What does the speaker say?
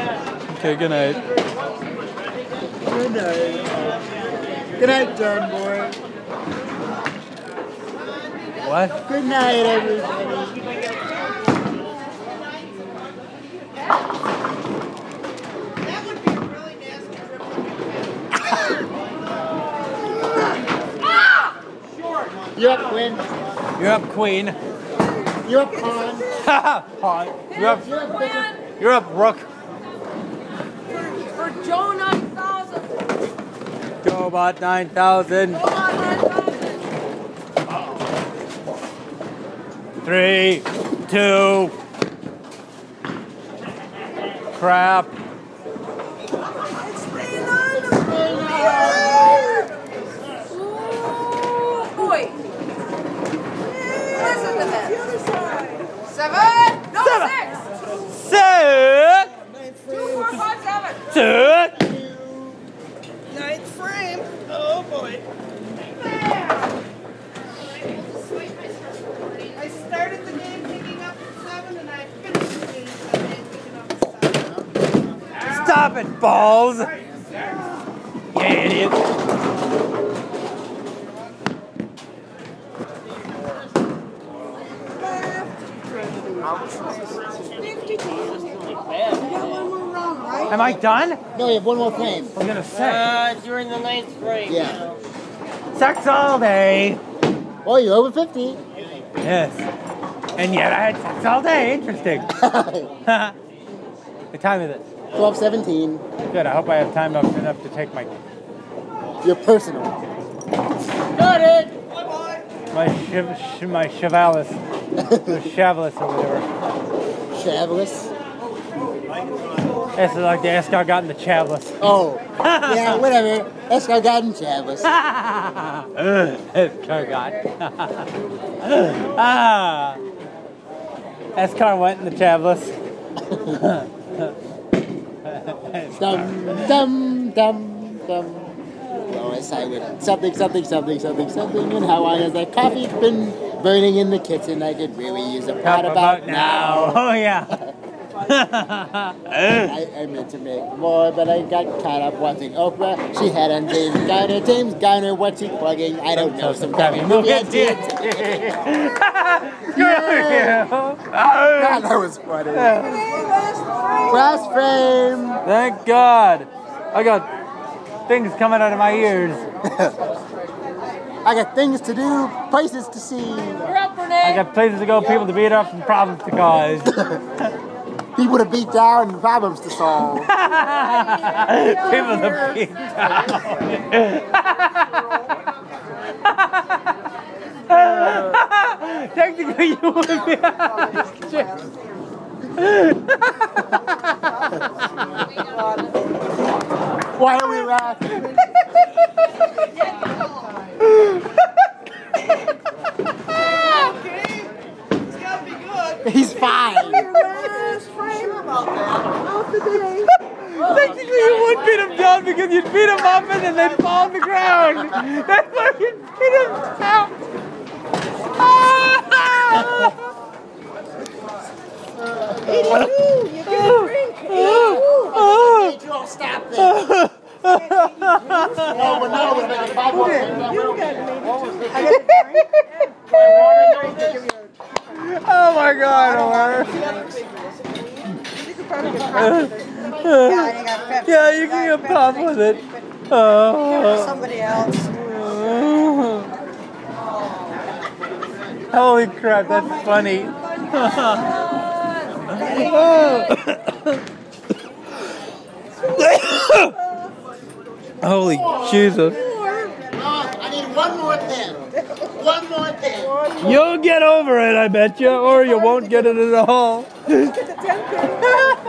Okay, good night. Good night. Good night, John Boy. What? Good night, everybody. That would be a really nasty trip. You're up, Quinn. You're up, Queen. You're up, Con. Hi. You're up. You're up, Bishop. You're up, Rook. For Joe 9000. Go about nine thousand. Joe 9000. Three, two. Crap. It's Leonardo. Ooh, boy. Listen to this. Seven. No, six. Six, Two, four, five, seven. two. Ninth frame. Oh boy. I started the game picking up seven and I finished the game picking up seven. Stop it, balls. You idiot. Am I done? No, you have one more frame. I'm gonna say. Uh, you're in the ninth grade. Yeah. Sex all day. Oh, you're over 50. Yes. And yet I had sex all day. Interesting. 12, what time is it? 17. Good. I hope I have time enough to take my You're personal. Got it! my shiv, sh, my chevalis, or chavalis or whatever. Travelers. This is like the Escar got in the chavalis. Oh. yeah, whatever. Escar Garden Travelers. Escar got. ah. Escar went in the chavalis. Dum, dum, dum, dum. Lois, I would something, something, something, something, something. And how long has that coffee been burning in the kitchen? I could really use a pot about now. Oh yeah. I, I meant to make more, but I got caught up watching Oprah. She had on James Garner. James Garner, what's he plugging? I don't know. Some crappy movie idea. God, that was funny. Last frame. Thank God. I got things coming out of my ears. I got things to do, places to see, You're up, I Renee. got places to go, people to beat up, and problems to cause. people to beat down, and problems to solve. people to beat down. Technically, you would be. Why are we laughing? Okay. It's gotta be good. He's fine. Last frame about that. Not today. Technically, you would beat them down because you'd beat them up and then they'd fall on the ground. That's why you'd beat them down. You can drink. Joel, stop this. no, we're not. We're making five more You got me. Oh my god, The other big ones. You could probably get coffee. Yeah, I got Pepsi. Yeah, you can get pop with it. Oh. Somebody else. Holy crap, that's funny. Holy Jesus. I need one more thing. One more thing. You'll get over it, I bet you, or you won't get it at all. Look at the ten pin.